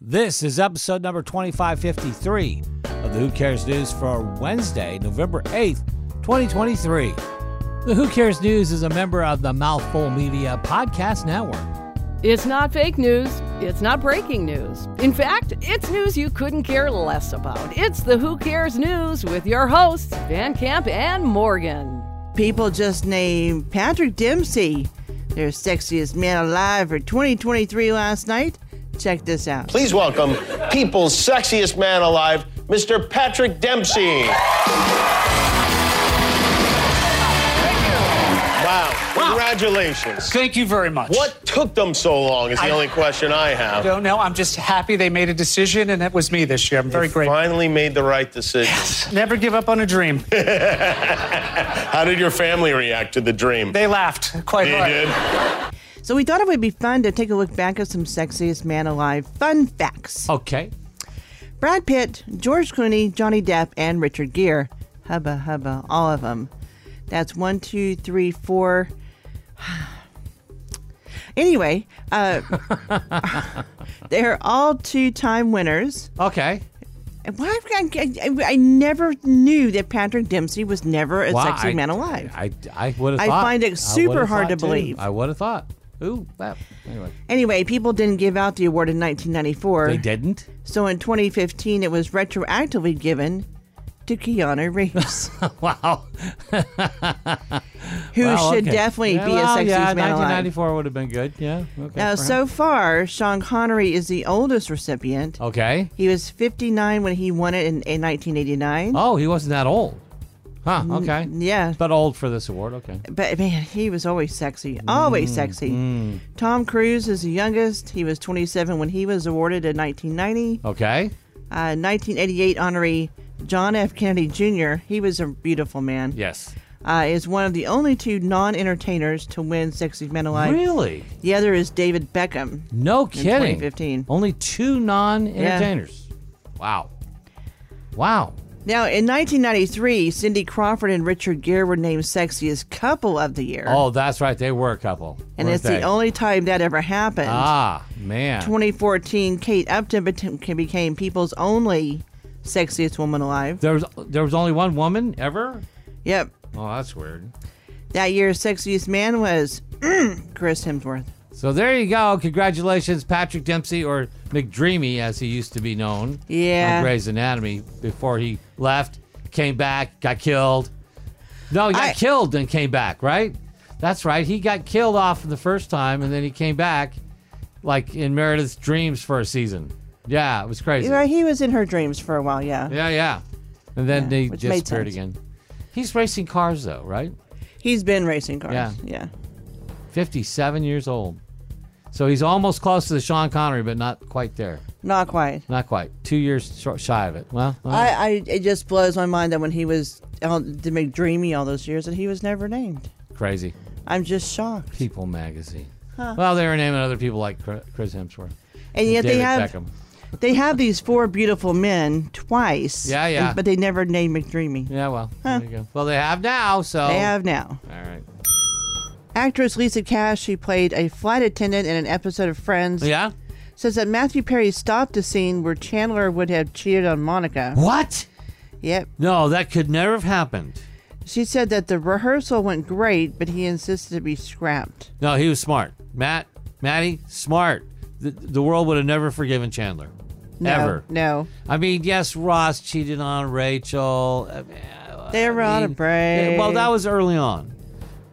This is episode number 2553 of the Who Cares News for Wednesday, November 8th, 2023. The Who Cares News is a member of the Mouthful Media Podcast Network. It's not fake news. It's not breaking news. In fact, it's news you couldn't care less about. It's the Who Cares News with your hosts, Van Camp and Morgan. People just named Patrick Dempsey their sexiest man alive for 2023 last night. Check this out. Please welcome people's sexiest man alive, Mr. Patrick Dempsey. Wow. Congratulations. Thank you very much. What took them so long is the I- only question I I have. don't know. I'm just happy they made a decision, and it was me this year. I'm very grateful. Finally made the right decision. Never give up on a dream. How did your family react to the dream? They laughed quite They hard. did. So we thought it would be fun to take a look back at some sexiest man alive fun facts. Okay. Brad Pitt, George Clooney, Johnny Depp, and Richard Gere. Hubba hubba, all of them. That's one, two, three, four. Anyway, uh, they're all two-time winners. Okay. And Why I, I, I never knew that Patrick Dempsey was never a Wow, sexy I- man alive. I, I would have I thought. find it would've super thought, hard to too. believe. I would have thought. Ooh, that. Anyway. Anyway, people didn't give out the award in 1994. They didn't? So in 2015, it was retroactively given to Keanu Reeves, Wow. who Well, should okay. definitely Yeah, be a well, sexiest yeah, man alive. 1994 would have been good. Yeah. Okay. Now, perhaps. Oh. so far, Sean Connery is the oldest recipient. Okay. He was 59 when he won it in, in 1989. Oh, he wasn't that old. Huh. Okay. Yeah, But old for this award. Okay. but man, he was always sexy. Mm, Always sexy. Tom Cruise is the youngest. He was 27 when he was awarded in 1990. Okay. Uh, 1988 honoree John F. Kennedy Jr. He was a beautiful man. Yes. Uh, is one of the only two non-entertainers to win Sexiest Man Alive. Really? The other is David Beckham. No kidding. 2015. Only two non-entertainers. Wow. Wow. Now, in 1993, Cindy Crawford and Richard Gere were named Sexiest Couple of the Year. Oh, that's right. They were a couple. and weren't it's they? the only time that ever happened. Ah, man. 2014, Kate Upton bet- became People's only Sexiest Woman Alive. There was there was only one woman ever. Yep. Oh, that's weird. That year's Sexiest Man was Chris Hemsworth. So there you go. Congratulations, Patrick Dempsey, or McDreamy, as he used to be known. Yeah. On Grey's Anatomy before he left, came back, got killed. No, he got I- killed and came back, right? That's right. He got killed off the first time, and then he came back, like in Meredith's dreams for a season. Yeah, it was crazy. Yeah, he was in her dreams for a while, yeah. Yeah, yeah. And then Yeah, they which made disappeared again. He's racing cars though, right? He's been racing cars. Yeah. yeah. 57 years old. So he's almost close to the Sean Connery, but not quite there. Not quite. Not quite. Two years short, shy of it. Well, well, I, I it just blows my mind that when he was on the McDreamy all those years that he was never named. crazy. I'm just shocked. People magazine. Well, they were naming other people like Cr- Chris Hemsworth. And yet David they have Beckham. they have these four beautiful men twice. Yeah, yeah. and- but they never named McDreamy. Yeah, Oh. well, there you go. Well, they have now, so. They have now. All right. Actress Lisa Cash, who played a flight attendant in an episode of Friends, Yeah? says that Matthew Perry stopped the scene where Chandler would have cheated on Monica. What? Yep. No, that could never have happened. She said that the rehearsal went great, but he insisted it be scrapped. No, he was smart. Matt, Matty, smart. The, the world would have never forgiven Chandler. No, Ever. No. I mean, yes, Ross cheated on Rachel. I mean, I- They I were on a mean, break. Well, that was early on,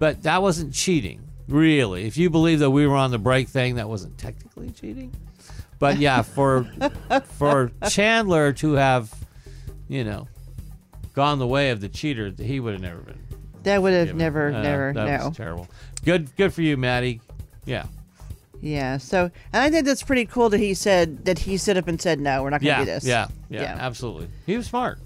but that wasn't cheating, really. If you believe that we were on the break thing, that wasn't technically cheating. But yeah, for for Chandler to have, you know, gone the way of the cheater, he would have never been. That would have forgiven. never, Uh, never, that no. was terrible. Good, good for you, Maddie. Yeah, Yeah. So, and I think that's pretty cool that he said that he stood up and said, "No, we're not going yeah, to do this." yeah, yeah, Yeah. absolutely. He was smart.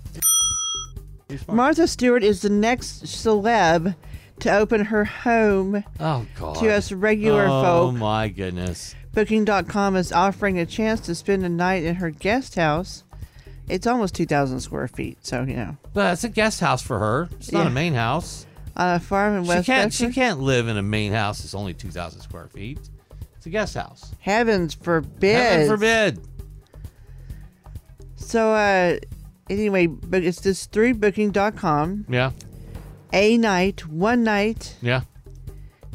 He was smart. Martha Stewart is the next celeb to open her home oh God. to us regular Oh folk. my goodness. Booking.com is offering a chance to spend a night in her guest house. It's almost 2,000 square feet, so you know, But it's a guest house for her. It's not Yeah. a main house. on a farm in West she can't. She Bedford. can't live in a main house that's only two thousand square feet. It's a guest house. Heavens forbid! Heaven forbid. So, uh, anyway, but it's this through booking.com. Yeah. A night, one night, Yeah.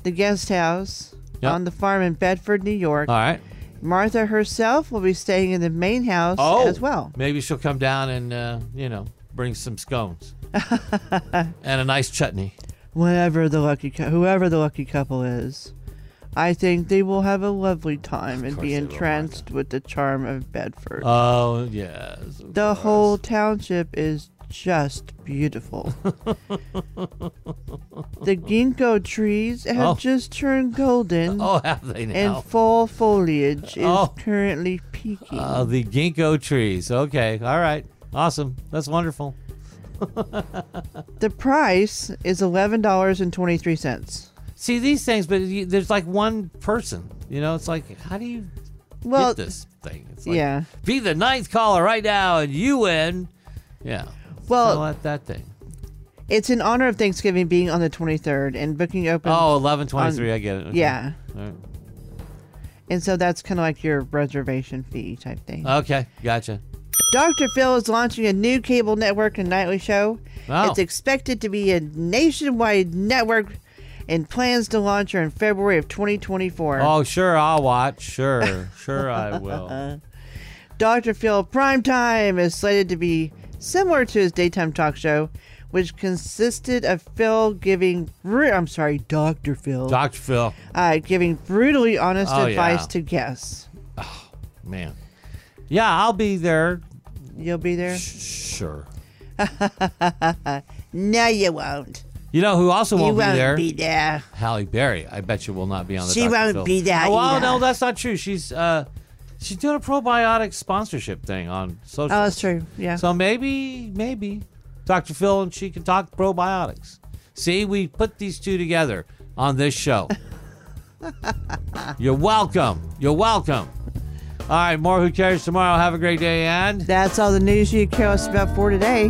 the guest house Yep. Uh, on the farm in Bedford, New York. All right. Martha herself will be staying in the main house as well. Oh, Maybe she'll come down and uh, you know bring some scones and a nice chutney. Whenever the lucky, cou- whoever the lucky couple is, I think they will have a lovely time and course be they will, entranced with the charm of Bedford. Oh yes. of the course. whole township is just beautiful. the ginkgo trees have Oh. just turned golden, Oh, have they and now? fall foliage is Oh. currently peaking. Uh, the ginkgo trees. Okay. All right. Awesome. That's wonderful. the price is eleven dollars and twenty three cents. See these things, but you, there's like one person. You know, it's like how do you Well, get this thing? It's like, yeah. Be the ninth caller right now, and you win. Yeah. Well- Well, at that thing. it's in honor of Thanksgiving being on the twenty third, and booking opens. Oh, 1123. I get it. Okay. yeah. All right. And so that's kind of like your reservation fee type thing. Okay. Gotcha. Dr. Phil is launching a new cable network and nightly show. Wow. It's expected to be a nationwide network and plans to launch her in February of 2024. Oh, sure, I'll watch. Sure, sure, I Uh-huh. will. Dr. Phil Primetime is slated to be similar to his daytime talk show, which consisted of Phil giving, bru- I'm sorry, Dr. Phil, Dr. Phil, uh, giving brutally honest Oh, advice yeah. to guests. man. Yeah, I'll be there. You'll be there? Sure. No, you won't. You know who also You won't, won't be there? be there. Halle Berry. I bet you will not be on the She Dr. won't Phil. be there Oh, well, either. no, that's not true. She's uh, she's doing a probiotic sponsorship thing on social. Oh, that's true. Yeah. So maybe, maybe Dr. Phil and she can talk probiotics. See, we put these two together on this show. You're welcome. You're welcome. All right, more Who Cares tomorrow. Have a great day and That's all the news you care us about for today.